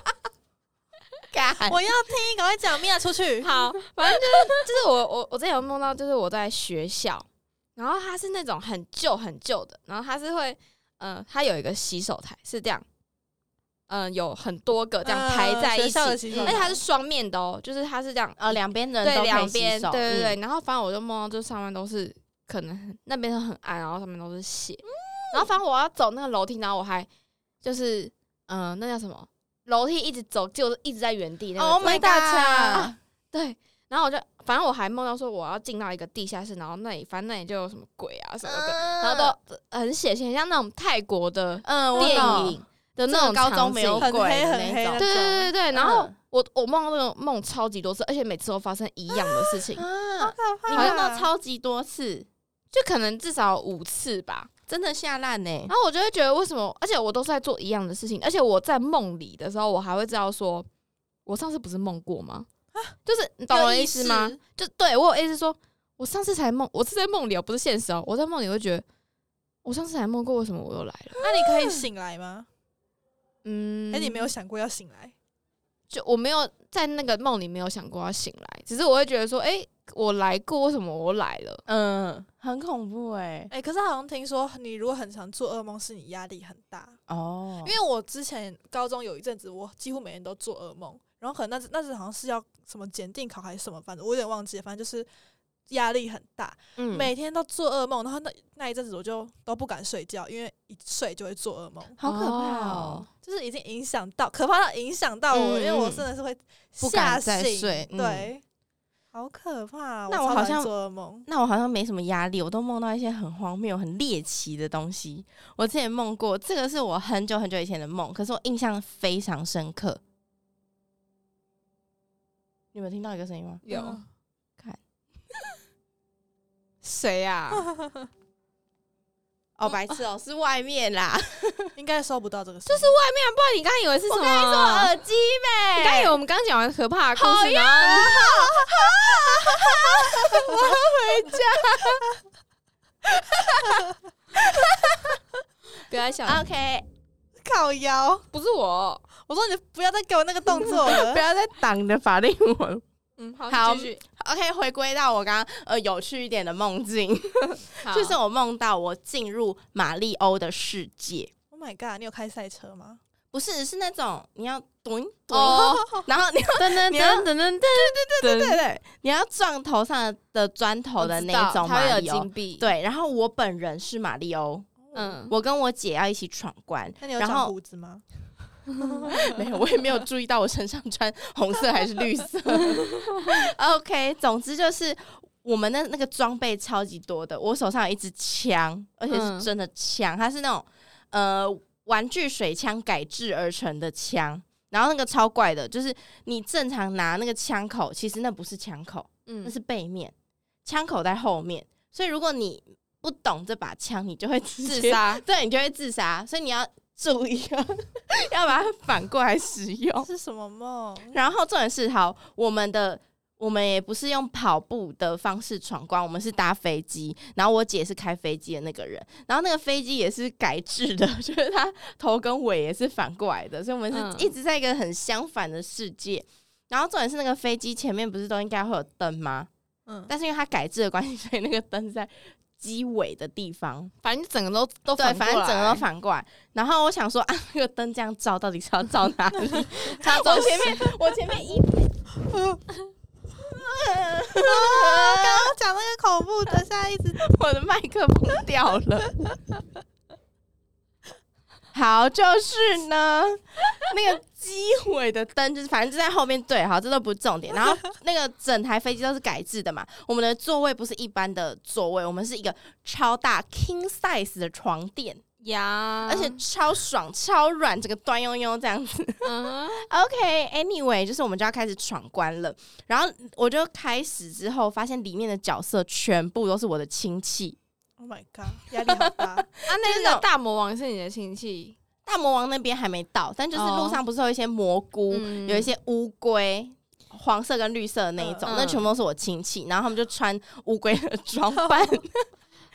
C: 干
A: 我要听，赶快讲，米娅出去。
B: 好，反正就是就是我我我之前有梦到，就是我在学校，然后它是那种很旧很旧的，然后它是会，呃，它有一个洗手台是这样，嗯、有很多个这样
C: 啊
B: 排在一起，
A: 嗯学校的洗手
B: 而且它
A: 台
B: 是双面的哦，就是它是这样，
C: 哦，两边的人
B: 对
C: 都可以
B: 两
C: 洗
B: 边，对
C: 手
B: 对对，
C: 嗯
B: 然后反正我就梦到，就上面都是可能很那边很暗，然后上面都是血，
C: 嗯
B: 然后反正我要走那个楼梯，然后我还就是，嗯、那叫什么？楼梯一直走，就一直在原地那个
C: Oh my
B: 走大啊
C: god
B: 家 对，然后我就，反正我还梦到说我要进到一个地下室，然后那里，反正那里就有什么鬼啊什么的，然后都很血腥，很像那种泰国的
C: 嗯
B: 电
C: 我
B: 影
C: 懂
B: 的那
C: 这
B: 种
C: 个高
B: 场
C: 中没有
B: 景
C: 鬼
A: 很黑
C: 的
A: 很黑
C: 那种
A: 的
B: 对对对对，然后
C: 嗯
B: 我我梦到那个梦超级多次，而且每次都发生一样的事情，
C: 啊，
A: 可
C: 你
B: 好
C: 梦到超级多次，
B: 就可能至少五次吧。
C: 真的吓烂呢
B: 然。后我就会觉得为什么？而且我都是在做一样的事情，而且我在梦里的时候，我还会知道说，我上次不是梦过吗？就是你懂我的意思吗？就对我有意思说，我上次才梦，我是在梦里哦，不是现实哦。我在梦里会觉得，我上次才梦过，为什么我又来了？
A: 那你可以醒来吗？
B: 嗯，
A: 哎、你没有想过要醒来？
B: 就我没有在那个梦里没有想过要醒来，只是我会觉得说，哎、我来过，为什么我来了？
C: 嗯，很恐怖哎。
A: 哎、可是好像听说你如果很常做噩梦，是你压力很大。
C: 哦，
A: 因为我之前高中有一阵子，我几乎每天都做噩梦，然后可能那时那时好像是要什么检定考还是什么，反正我有点忘记了，反正就是压力很大，
B: 嗯，
A: 每天都做噩梦，然后那那一阵子我就都不敢睡觉，因为一睡就会做噩梦，
C: 好可怕哦。
A: 就是已经影响到可怕到影响到我，
B: 嗯
A: 因为我真的是会
C: 不
A: 吓
C: 敢
A: 醒，
C: 再睡嗯
A: 对，好可怕。
C: 那我
A: 我超
C: 好
A: 讨厌
C: 像
A: 做噩梦，
C: 那我好像没什么压力，我都梦到一些很荒谬、很猎奇的东西。我之前梦过，这个是我很久很久以前的梦，可是我印象非常深刻。你们听到一个声音吗？
B: 有
A: 嗯
C: 看
B: 谁啊呀、
C: 哦，白痴哦，是外面啦，
A: 应该收不到这个，就是
B: 不然你刚刚以为是什么？啊
C: 耳机呗。
B: 你刚以为我们刚讲完可怕的故事，然后不要再
C: 哦
B: 想，
C: OK，
A: 靠腰。
B: 不是我，
A: 我说你不要再给我那个动作了
C: 不。要再挡你的法令纹。
B: 嗯，好
C: 好
B: 继续，
C: OK，回归到我刚刚呃有趣一点的梦境，
B: 好
C: 就是我梦到我进入马里欧的世界，
A: Oh my god！你有开赛车吗？
C: 不是是那种你要蹲蹲，
B: 哦，
C: 然后你
B: 噔噔
C: 你要
B: 噔噔噔噔
C: 对对，你要撞头上的砖头的那种
B: 它
C: 马
B: 会
C: 里
B: 有
C: 欧
B: 金。币，，
C: 对，然后我本人是马里欧，
B: 嗯，
C: 我跟我姐要一起闯关，
A: 那你有
C: 然
A: 长
C: 后
A: 胡子吗？
C: 没有，我也没有注意到我身上穿红色还是绿色。OK，总之就是我们的那个装备超级多的，我手上有一支枪，而且
B: 嗯
C: 是真的枪，它是那种呃玩具水枪改制而成的枪。然后那个超怪的，就是你正常拿那个枪口，其实那不是枪口，那
B: 嗯，
C: 是背面，枪口在后面。所以如果你不懂这把枪，你就会直接
B: 自杀，
C: 对你就会自杀，所以你要注意啊，要把它反过来使用。
A: 是什么梦？
C: 然后重点是，好，我们的我们也不是用跑步的方式闯关，我们是搭飞机。然后我姐是开飞机的那个人，然后那个飞机也是改制的， 就是它头跟尾也是反过来的，所以我们
B: 嗯
C: 是一直在一个很相反的世界。然后重点是那个飞机前面不是都应该会有灯吗？
A: 嗯，
C: 但是因为它改制的关系，所以那个灯是在机尾的地方。
B: 反正整个都都
C: 对，
B: 反
C: 反
B: 过来，
C: 正整个都反过来。然后我想说啊，那个灯这样照到底是要照哪里？
B: 他
C: 我前面我前面 一
A: 刚刚讲那个恐怖的，现在一直
C: 我的麦克风掉了。好，就是呢，那个机尾的灯就是反正就在后面对，好，这都不是重点。然后那个整台飞机都是改制的嘛，我们的座位不是一般的座位，我们是一个超大 king size 的床垫，
B: 呀，
C: 而且超爽、超软，整个端悠悠这样子。
B: 嗯
C: OK，Anyway，、就是我们就要开始闯关了。然后我就开始之后，发现里面的角色全部都是我的亲戚。
A: ，Oh my god，压力好大。
B: 啊，
C: 就是
B: 那
C: 那
B: 个
C: 种
B: 大魔王是你的亲戚，
C: 大魔王那边还没到，但就是
B: 哦
C: 路上不是有一些蘑菇，
B: 嗯
C: 有一些乌龟。黄色跟绿色的那一种，
B: 嗯嗯
C: 那全部都是我亲戚，然后他们就穿乌龟的装扮，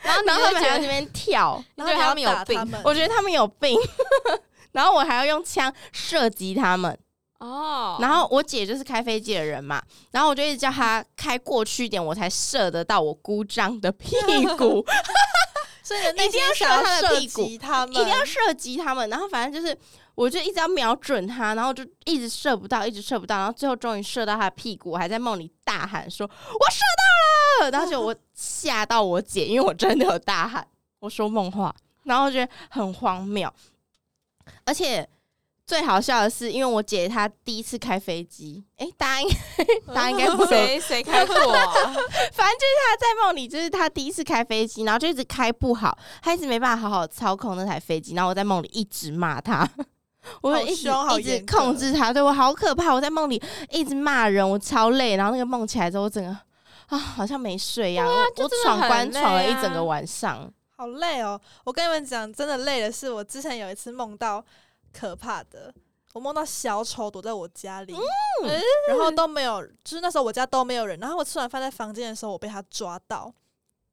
B: 然后你
C: 然 后他
B: 就
C: 们还
B: 觉
C: 在
B: 得
C: 那边跳，
B: 你
A: 然
B: 觉得他
A: 后你要
B: 们有
A: 打他
B: 病
A: 们，
C: 我觉得他们有 病，然后我还要用枪射击他们，
B: 哦，
C: 然后我姐就是开飞机的人嘛，然后我就一直叫她开过去一点，我才射得到我姑丈的屁股，
A: 所以你的内
C: 一定
A: 心
C: 要
A: 想要
C: 射他的
A: 射
C: 屁股
A: 击他
C: 一
A: 们，
C: 定要射击他们。然后反正就是，我就一直要瞄准他，然后就一直射不到，一直射不到，然后最后终于射到他的屁股，我还在梦里大喊说：“我射到了！”然后就我吓到我姐，因为我真的有大喊，我说梦话，然后我觉得很荒谬，而且。最好笑的是，因为我姐她第一次开飞机，诶、大家应该大家应该不
B: 谁谁开过啊？
C: 反正就是他在梦里，就是他第一次开飞机，然后就一直开不好，他一直没办法好好操控那台飞机，然后我在梦里一直骂他。 我
A: 好
C: 一直
A: 凶好
C: 一直
A: 严格
C: 控制他，对我好可怕。我在梦里一直骂人，我超累。然后那个梦起来之后，我整个啊，好像没睡一样。我
B: 就
C: 我
B: 真的
C: 闯
B: 很
C: 关
B: 累
C: 闯了一
B: 啊
C: 整个晚上，
A: 好累哦！我跟你们讲，真的累的是，我之前有一次梦到可怕的，我梦到小丑躲在我家里，
B: 嗯
A: 然后都没有，就是那时候我家都没有人。然后我吃完饭在房间的时候，我被他抓到，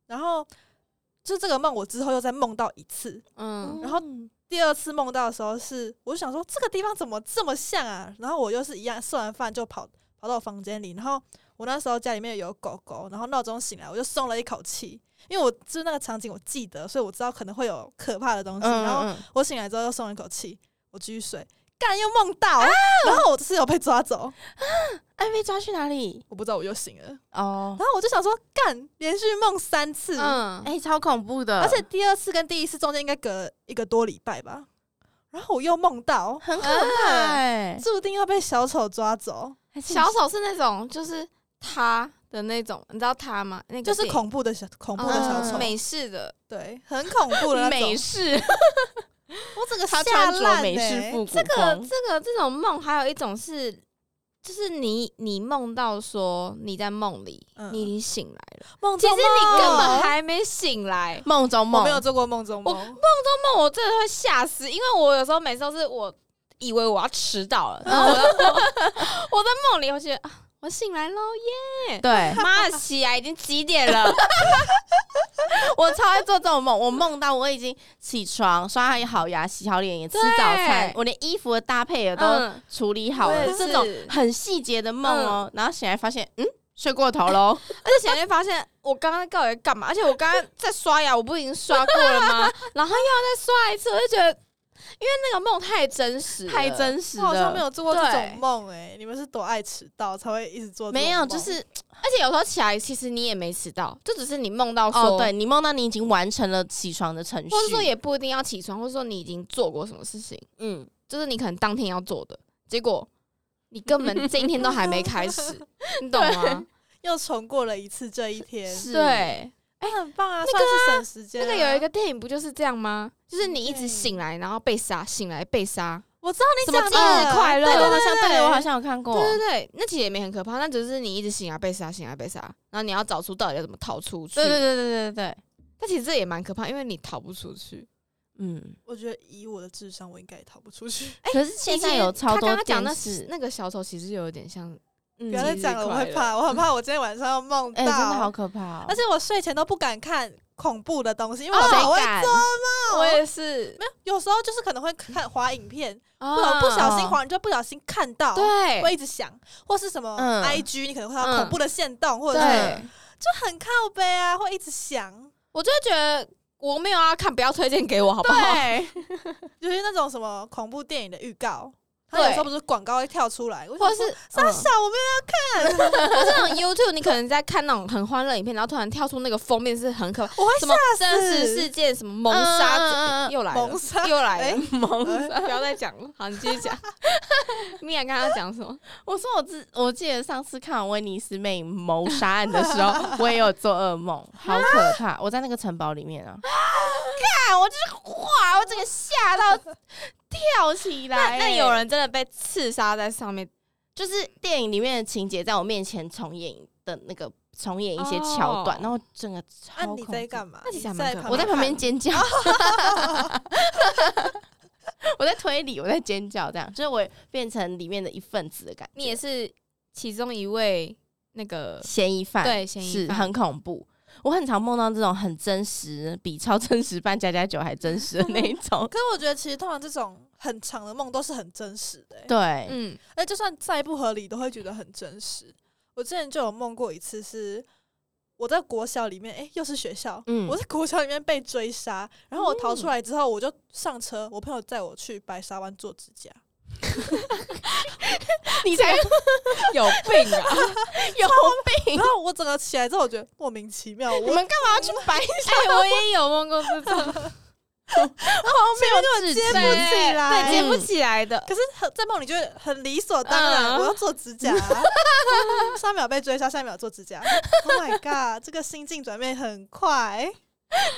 A: 然后就这个梦，我之后又再梦到一次。
B: 嗯
A: 然后第二次梦到的时候是，我就想说这个地方怎么这么像啊？然后我又是一样，吃完饭就跑跑到我房间里，然后我那时候家里面有狗狗，然后闹钟醒来，我就松了一口气，因为我就是那个场景我记得，所以我知道可能会有可怕的东西。然后
C: 嗯，
A: 我醒来之后又松了一口气，我继续睡，干又梦到，啊
C: 啊
A: 然后我室友被抓走，
C: 哎，被抓去哪里？
A: 我不知道我又醒了，
C: 哦
A: 然，后我就想说干，连续梦三次，
B: 嗯，
C: 哎，超恐怖的，
A: 而且第二次跟第一次中间应该隔了一个多礼拜吧，然后我又梦到。
C: 很可
B: 嗯
C: 怕哎，
A: 注定要被小丑抓走，
C: 还是你
B: 小丑是那种就是他的那种，你知道他吗？那个
A: 就是
B: 电影
A: 恐怖的小恐怖的小
B: 嗯
A: 丑，
B: 美式的
A: 对，很恐怖的 那
B: 美
A: 种。
B: 式，
A: 我整个
C: 他
A: 吓
C: 穿着
A: 烂
C: 美式
A: 欸
C: 复古
B: 这个
C: 风，
B: 这个这种梦，还有一种是，就是你你梦到说你在梦里，
A: 嗯
B: 你已经醒来了，
A: 梦
B: 其
A: 中
B: 实
A: 梦，
B: 你根本还没醒来。
C: 梦中
A: 我
C: 梦啊
A: 没有做过梦中
B: 我
A: 梦，
B: 做梦我真的会吓死，因为我有时候每次都是我以为我要迟到了，然后我在梦我在梦里，我觉得啊，我醒来喽
C: 对
B: 耶！，妈的，起来已经几点 了？
C: 我超爱做这种梦，我梦到我已经起床、刷好牙、洗好脸、也吃早餐
B: 对，
C: 我连衣服的搭配也都
B: 嗯，
C: 处理好
B: 我
C: 了，
B: 也是嗯
C: 这种很细节的梦哦。然后醒来发现，嗯，睡过头喽。
B: 而且醒来就发现我刚刚到底在干嘛？而且我刚刚在刷牙，我不已经刷过了吗？然后又要再刷一次，我就觉得，因为那个梦太真实了，
C: 太真实
A: 我
C: 了，
A: 好像没有做过这
B: 对
A: 种梦哎，你们是多爱迟到才会一直做这种
C: 没有，就
A: 梦
C: 是
B: 而且有时候起来，其实你也没迟到，就只是你梦到说，
C: 哦，对，你梦到你已经完成了起床的程序，
B: 或者说也不一定要起床，或者说你已经做过什么事情，
C: 嗯，
B: 就是你可能当天要做的，结果你根本这一天都还没开 始，你懂吗？
A: 又重过了一次这一天，
C: 是
B: 对，
A: 哎，很棒啊，算是省时间
B: 那
A: 啊。
B: 个有一个电影不就是这样吗？就是你一直
A: 对
B: 醒来，然后被杀，醒来被杀，
A: 我知道
B: 什
A: 你
B: 么
A: 讲的
B: 忌日快乐
C: 对，我
A: 对
C: 好像
A: 对
C: 对我好像有看过，
B: 对对对，那其实也没很可怕，那只是你一直醒啊来被杀，醒来被杀，然后你要找出到底要怎么逃出去。
C: 对对对对对对，
B: 但其实这也蛮可怕，因为你逃不出去。
C: 嗯。
A: 我觉得以我的智商，我应该也逃不 出去。
B: 哎
C: 可是现在有超
B: 他刚
C: 多
B: 刚讲
C: 电
B: 那
C: 视，
B: 那个小丑其实有点像，嗯
A: 不要再
B: 忌日
A: 讲了，我
B: 快
A: 会
B: 乐
A: 怕，我很怕我今天晚上要梦
C: 哎、
A: 到，
C: 真的好可怕、哦！
A: 而且我睡前都不敢看恐怖的东西，因为
C: 哦
A: 我好会
C: 谁敢
A: 做
B: 我也是，
A: 有时候就是可能会看滑影片，
B: 不
A: 不不小
C: 啊
A: 心滑，你就不小心看到，，
B: 啊对
A: 会一直想，或是什么
C: 嗯
A: IG，你可能会看
B: 嗯
A: 到恐怖的线动，或者是
B: 对，
A: 就很靠背啊，会一直想，
B: 我就会觉得我没有要看，不要推荐给我好不 好？
C: 对，
A: 就是那种什么恐怖电影的预告，它
B: 对
A: 有时候不是广告会跳出来，我
B: 或
A: 想
B: 者
A: 说
B: 是哦
A: 傻笑，我没
B: 或是那种 YouTube，你可能在看那种很欢乐影片，然后突然跳出那个封面是很可怕，
A: 有，我
B: 什么
A: 会
B: 真实事件，什么谋
C: 嗯
B: 杀
C: 嗯嗯
B: 者，
C: 嗯
B: 又来了
A: 萌，杀，啊
B: 又来了，
C: 萌
A: 哎
B: 不要再讲了，好，你继续 讲。米娅刚刚讲什么？
C: 我说我自，我记得上次看完《威尼斯妹谋杀案》的时候，我也有做噩 梦，好可怕！我在那个城堡里面啊，看我就是哇，我整个吓到跳起来欸、
B: 那有人真的被刺杀在上面，
C: 就是电影里面的情节在我面前重演的那个重演一些桥段，
B: 哦
C: 然后整个
A: 啊，
C: 超
A: 你
C: 恐
A: 在
C: 怖。
A: 干嘛？
B: 那其实还
A: 你
B: 蛮
A: 在
B: 可怕
A: 旁。
C: 我在旁边尖 叫，我在推理，我在尖叫，这样就是我变成里面的一份子的感觉。
B: 你也是其中一位那个
C: 嫌疑犯，
B: 对嫌疑
C: 是
B: 犯
C: 很恐怖。我很常梦到这种很真实，比超真实扮加加酒还真实的那一种
A: 可是我觉得，其实通常这种很长的梦都是很真实的、欸，
C: 对，
B: 嗯
A: 而就算再不合理，都会觉得很真实。我之前就有梦过一次是。我在国小里面，哎、又是学校。
C: 嗯
A: 我在国小里面被追杀，然后我逃出来之后，我就上车，我朋友载我去白沙湾做指甲。
C: 你 才
B: 有病啊！
C: 有病
A: 然！后我整个起来之后，我觉得莫名其妙，我
C: 你们干嘛要去白
B: 哎，我也有梦过这种，
C: 后面有
A: 接不起来
B: 对，接不起来的。
A: 可是很在梦里就会很理所当然，
B: 嗯
A: 我要做指甲、啊，上秒被追杀，下一秒做指甲。Oh my god，这个心境转变很快。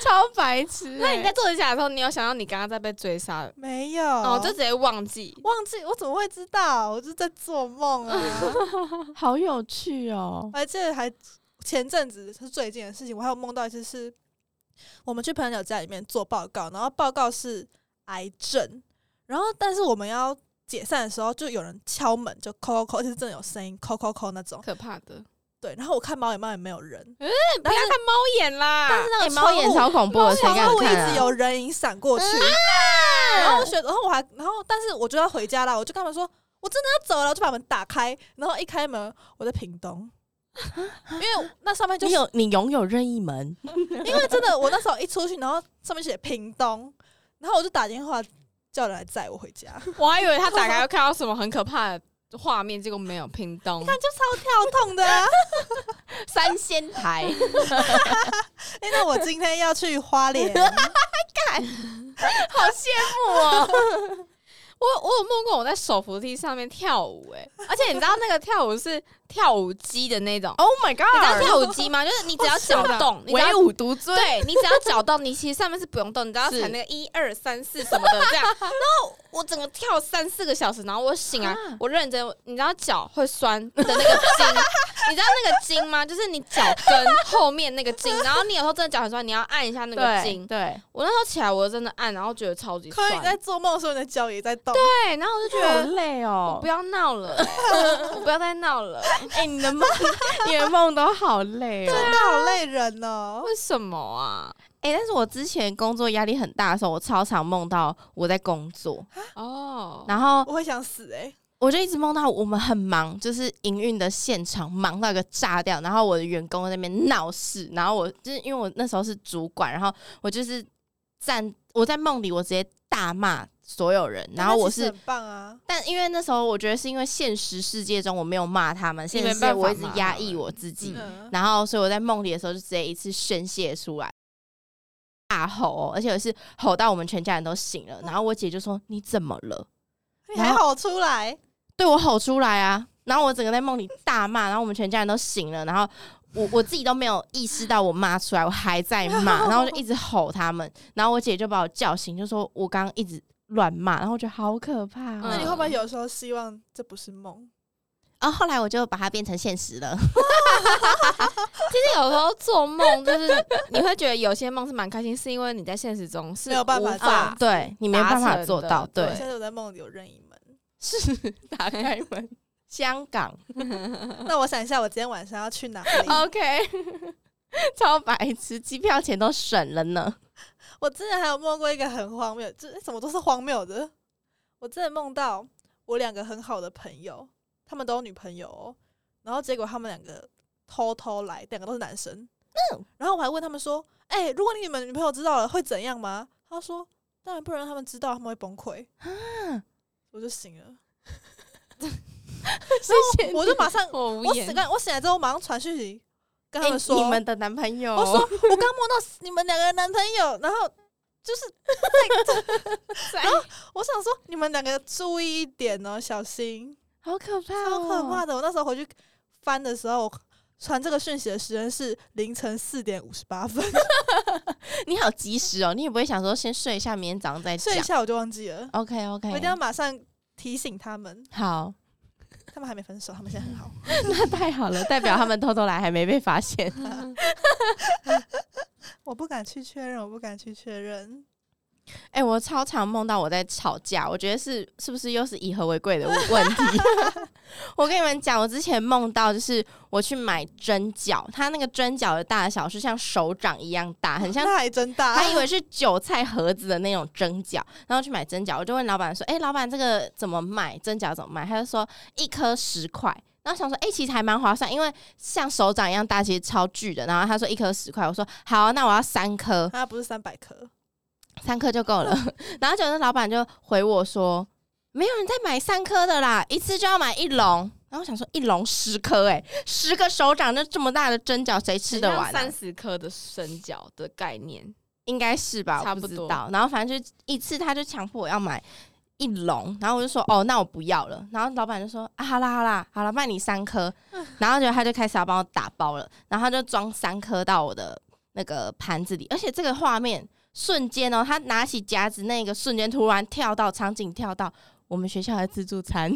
C: 超白痴欸、
B: 那你在做指甲的时候，你有想到你刚刚在被追杀的？
A: 没有，
B: 哦，就直接忘记。
A: 忘记我怎么会知道？我就在做梦啊！
C: 好有趣哦
A: 我！还记得还前阵子是最近的事情，我还有梦到一次是我们去朋友家里面做报告，然后报告是癌症，然后但是我们要解散的时候，就有人敲门，就扣扣扣，就是真的有声音，扣扣扣那种。
B: 可怕的，
A: 对，然后我看猫眼猫也没有人，
B: 不要看猫眼啦！
A: 但是那
C: 哎，
A: 个
C: 猫眼
A: 窗户
C: 超恐怖的，谁
A: 窗
C: 敢
A: 户一
C: 看啊
A: 直？有人影闪过去，然后我就觉得，然后我还，然后但是我就要回家了，我就跟他们说，我真的要走了，我就把门打开，然后一开门，我在屏东， 因为那上面就
C: 你有你拥有任意门，
A: 因为真的，我那时候一出去，然后上面写屏东，然后我就打电话叫人来载我回家，
B: 我还以为他打开会看到什么很可怕的画面，结果没有。屏东
A: 看就超跳痛的、啊。
C: 三仙台，，
A: 哎、那我今天要去花莲，
B: 好羡慕哦！我我有梦过我在手扶梯上面跳舞、欸，哎，而且你知道那个跳舞是跳舞机的那种
C: Oh my
B: 你知道
C: god！啊
B: 跳舞机吗？就是你只要脚动，你只
C: 唯
B: 要
C: 舞独尊，
B: 对你只要脚动，你其实上面是不用动，你只要
C: 是
B: 弹那个一二三四什么 的这样。然后我整个跳三四个小时，然后我醒来
C: 啊，
B: 我认真，你知道脚会酸的那个 筋，你知道那个筋吗？就是你脚跟后面那个筋，然后你有时候真的脚很酸，你要按一下那个筋。
C: 对，
B: 我那时候起来，我真的按，然后觉得超级
A: 可
B: 酸
A: 能。你在做梦的时候，你的脚也在动。
B: 对，啊然后我就觉
C: 好
B: 得
C: 累哦
B: 不。要闹 了、欸我不要再闹了，
C: 哎，你的梦， 你的梦都好累哦。
A: 真的好累人哦！
B: 为什么啊？
C: 哎，但是我之前工作压力很大的时候，我超常梦到我在工作，
B: 哦，
C: 然后
A: 我会想死哎、
C: 我就一直梦到我们很忙，就是营运的现场忙到一个炸掉，然后我的员工在那边闹事，然后我就是因为我那时候是主管，然后我就是站我在梦里我直接大骂所有人，然后我
A: 但那
C: 是
A: 其实很棒啊，
C: 但因为那时候我觉得是因为现实世界中我没有骂他们，现
B: 没
C: 实
B: 办
C: 世
B: 法
C: 界我一直
B: 骂
C: 压
B: 他
C: 抑
B: 们
C: 我自己，
A: 嗯，
C: 然后所以我在梦里的时候就直接一次宣泄出来，大吼哦、而且我是吼到我们全家人都醒了，然后我姐就说你怎么了？
A: 你哎还好出来，
C: 对我吼出来啊！然后我整个在梦里大骂，然后我们全家人都醒了，然后我我自己都没有意识到我骂出来，我还在 骂，然后我就一直吼他们，然后我姐就把我叫醒，就说我刚刚一直乱骂，然后我觉得好可怕哦、
A: 那
B: 嗯
A: 你会不会有时候希望这不是梦？
C: 然后后来我就把它变成现实了，
B: 其实有时候做梦，就是你会觉得有些梦是蛮开心，是因为你在现实中是
A: 没有办法
B: 无
A: 这样
B: 法
A: 子
C: 对你没办
B: 达
C: 法
B: 成
C: 做
B: 的
C: 到，
B: 对
A: 我
C: 对，
A: 现在我在梦里有任意门。
C: 是 打开门， 香港
A: 那我想一下，我今天晚上要去哪里？
C: ，OK，超 白痴，机票钱都省了呢。
A: 我之前还有梦过一个很荒谬，这什么都是荒谬的。我真的梦到我两个很好的朋友，他们都有女朋友、哦，然后结果他们两个偷偷来，两个都是男生。嗯，然后我还问他们说：“哎、如果你们女朋友知道了，会怎样吗？”他说：“当然不能让他们知道，他们会崩溃。”
C: 啊
A: 我就 醒了，
C: 谢谢
A: 我就马上
B: 我无
A: 我
B: 言
A: 醒。来，我醒来之后马上传讯息跟他
C: 哎
A: 们说：“
C: 你们的男朋友，
A: 我说我刚摸到你们两个男朋友，然后就是
B: 在
A: 我想说你们两个注意一点哦，小心，
C: 好可怕、哦
A: 超可怕！的。我那时候回去翻的时候，传这个讯息的时间是凌晨四点五十八分，
C: 你好及时哦，你也不会想说先睡一下，明天早上再
A: 睡一
C: 讲。
A: 下我就忘记了，
C: OK OK，
A: 我一定要马上提醒他们，
C: 好，
A: 他们还没分手，他们现在很好。
C: 那 太好了，代表他们偷偷来还没被发现。
A: 我不敢去确认，我不敢去确认。
C: 哎、我超常梦到我在吵架，我觉得是是不是又是以和为贵的问题？ 我跟你们讲，我之前梦到就是我去买蒸饺，它那个蒸饺的大小是像手掌一样大，很像
A: 那还真大，
C: 他以为是韭菜盒子的那种蒸饺，然后去买蒸饺，我就问老板说：“哎、老板这个怎么卖？蒸饺怎么卖？”他就说一颗十块。然后想说，哎、其实还蛮划算，因为像手掌一样大，其实超巨的。然后他说一颗十块，我说好啊，那我要三颗，
A: 他不是三百克，
C: 三颗就够了。 然后结果那老板就回我说，没有人在买三颗的啦，一次就要买一笼。然后我想说，一笼十颗，哎，十个手掌就这么大的蒸饺，谁吃得完、啊？
B: 三十颗的生饺的概念，
C: 应该是吧，
B: 差
C: 我
B: 不
C: 不知
B: 多
C: 道。然后反正就一次，他就强迫我要买一笼，然后我就说哦，那我不要了。然后老板就说啊，好啦好啦好啦，卖你三颗。
B: 嗯
C: 然后就他就开始要帮我打包了，然后他就装三颗到我的那个盘子里，而且这个画面瞬间哦，他拿起夹子那个瞬间突然跳到场景跳到我们学校的自助餐。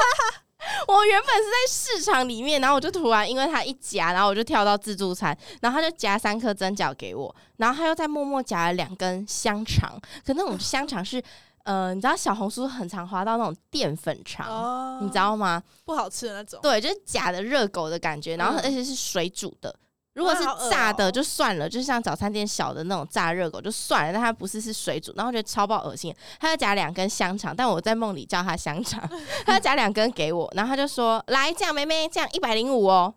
C: 我原本是在市场里面，然后我就突然因为他一夹，然后我就跳到自助餐，然后他就夹三颗蒸饺给我，然后他又再默默夹了两根香肠，可那种香肠是，呃，你知道小红书很常滑到那种淀粉肠。
A: 哦
C: 你知道吗？
A: 不好吃的那种，
C: 对，就是假的热狗的感觉，然后
B: 嗯
C: 而且是水煮的。如果是
A: 啊好恶
C: 炸的
A: 哦
C: 就算了，就像早餐店小的那种炸热狗就算了，但它不是是水煮，然后我觉得超爆恶心。他要夹两根香肠，但我在梦里叫他香 肠，他要夹两根给我，然后他就说：“来，这样妹妹，这样一百零五 哦，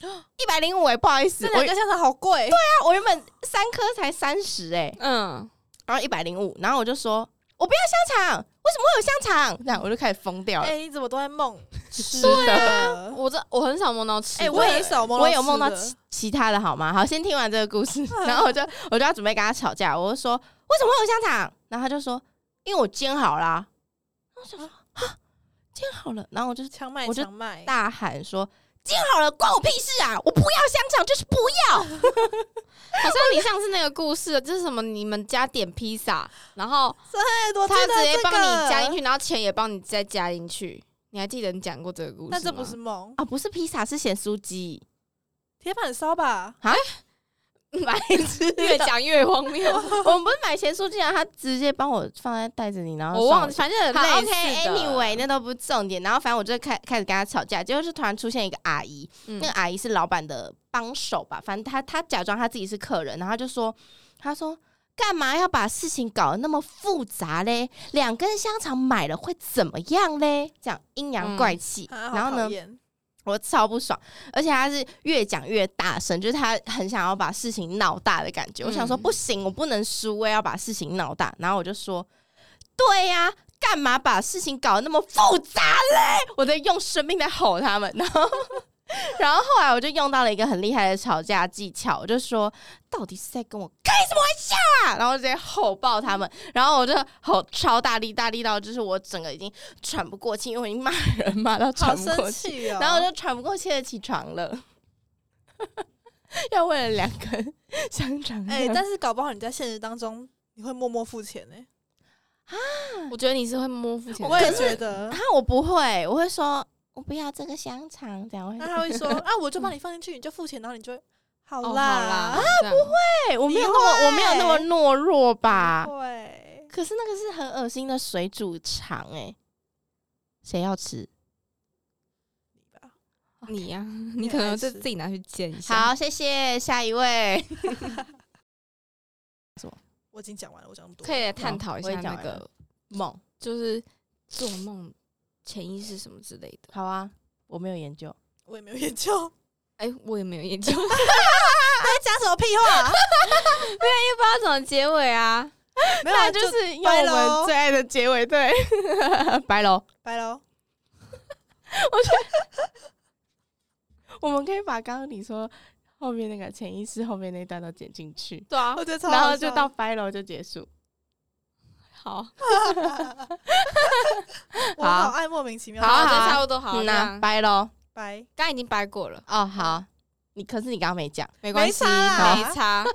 C: 一百零五哎，不好意思
A: 这，
C: 我
A: 两个香肠好贵，对，
C: 我原本三颗才三十哎，
B: 嗯，
C: 然后一百零五，然后我就说我不要香肠，为什么会有香肠？这样我就开始疯掉了。
A: 哎，你怎么都在梦吃
C: 对
A: 的？
B: 我这我很少梦到吃的，
A: 哎，我也很少梦，
C: 我有梦到其其他的好吗？好，先听完这个故 事，然后我就我就要准备跟他吵架，我就说为什么会有香肠？然后他就说因为我煎好啦。然后我想说啊，煎好了，然后我就
A: 强卖
C: 我就
A: 强卖，
C: 大喊说煎好了关我屁事啊！我不要香肠，就是不要。
B: 好像你上次那个故事，就是什么你们家点披萨，然后
A: 太多，
B: 他直接帮你加进
A: 去，
B: 去，然后钱也帮你再加进去。你还记得你讲过这个故事吗？
A: 但这不是梦，
C: 啊，不是披萨，是咸酥鸡，
A: 铁板烧吧？
B: 白痴，越讲越荒谬。
C: 我们不是买咸酥鸡啊，他直接帮我放在袋子里，然后
B: 我
C: 送
B: 忘记，反正很
C: 好
B: 类似的。
C: ，OK，Anyway，、那都不是重点。然后反正我就开开始跟他吵架，结果就突然出现一个阿姨，
B: 嗯
C: 那个阿姨是老板的帮手吧，反正她她假装她自己是客人，然后她就说，她说干嘛要把事情搞得那么复杂嘞？两根香肠买了会怎么样嘞？这样阴阳怪气，
A: 啊
C: 然后？
A: 好讨
C: 呢，
A: 厌
C: 我超不爽，而且她是越讲越大声，就是她很想要把事情闹大的感觉。我想说
B: 嗯
C: 不行，我不能输，我也要把事情闹大。然后我就说，对呀、干嘛把事情搞得那么复杂嘞？我在用生命在吼他们， 然后。然后后来我就用到了一个很厉害的吵架技巧，我就说到底是在跟我开什么玩笑啊？然后直接吼爆他们，然后我就吼超大力，大力到就是我整个已经喘不过气，因为我已经骂人骂到
A: 好
C: 喘不过
A: 生
C: 气，
A: 气哦！
C: 然后我就喘不过气的起床了， 要为了两根香肠。
A: 哎，但是搞不好你在现实当中你会默默付钱呢，
B: 我觉得嗯你是会摸付钱的。
A: 我也觉得
C: 啊。，我不会，我会说我不要这个香肠，这样会
A: 那。他会说啊，我就帮你放进去，你就付钱，然后你就好
B: 哦好啦
A: 啦，，
B: 不会，
C: 对，我没有那么我没有那么懦弱吧？
A: 对，
C: 可是那个是很恶心的水煮肠，哎，谁要吃？
B: 哦你 呀，你可能就自己拿去煎一下。，
C: 好，谢谢下一位。
A: 我已经讲完了，我讲那么多，
B: 可以来探讨一
C: 我
B: 下
C: 也讲
B: 那
C: 完
B: 个
C: 了，梦，
B: 就是做梦、潜意识什么之类的。
C: 好啊，我没有研究。
A: 我也没有研究，
B: 哎，我也没有研 究，不知
A: 他在讲什么屁话？
B: 道怎么结尾啊。
A: 没有啊，
C: 就
A: 就是
C: 用
A: 拜
C: 我们
A: 咯
C: 最爱的结尾， 对，白喽。
A: 拜喽。
C: 我们可以把刚刚你说后面那个潜意识后面那段都剪进去，
B: 对啊
A: 我，觉得超
C: 然后
A: 好
C: 就
A: 笑
C: 到 final 就结束。
B: 好，
A: 我好爱莫名其妙。
C: 好啊
B: 好，
C: 好
B: 这
C: 啊
B: 差不多好。
C: 嗯
B: 这
C: 呐，
B: 样
C: 掰喽。
A: 拜。
B: 刚刚已经掰过了，
C: 哦，好，你可是你刚刚没讲，
B: 没关系，
A: 没差啊
B: 没差。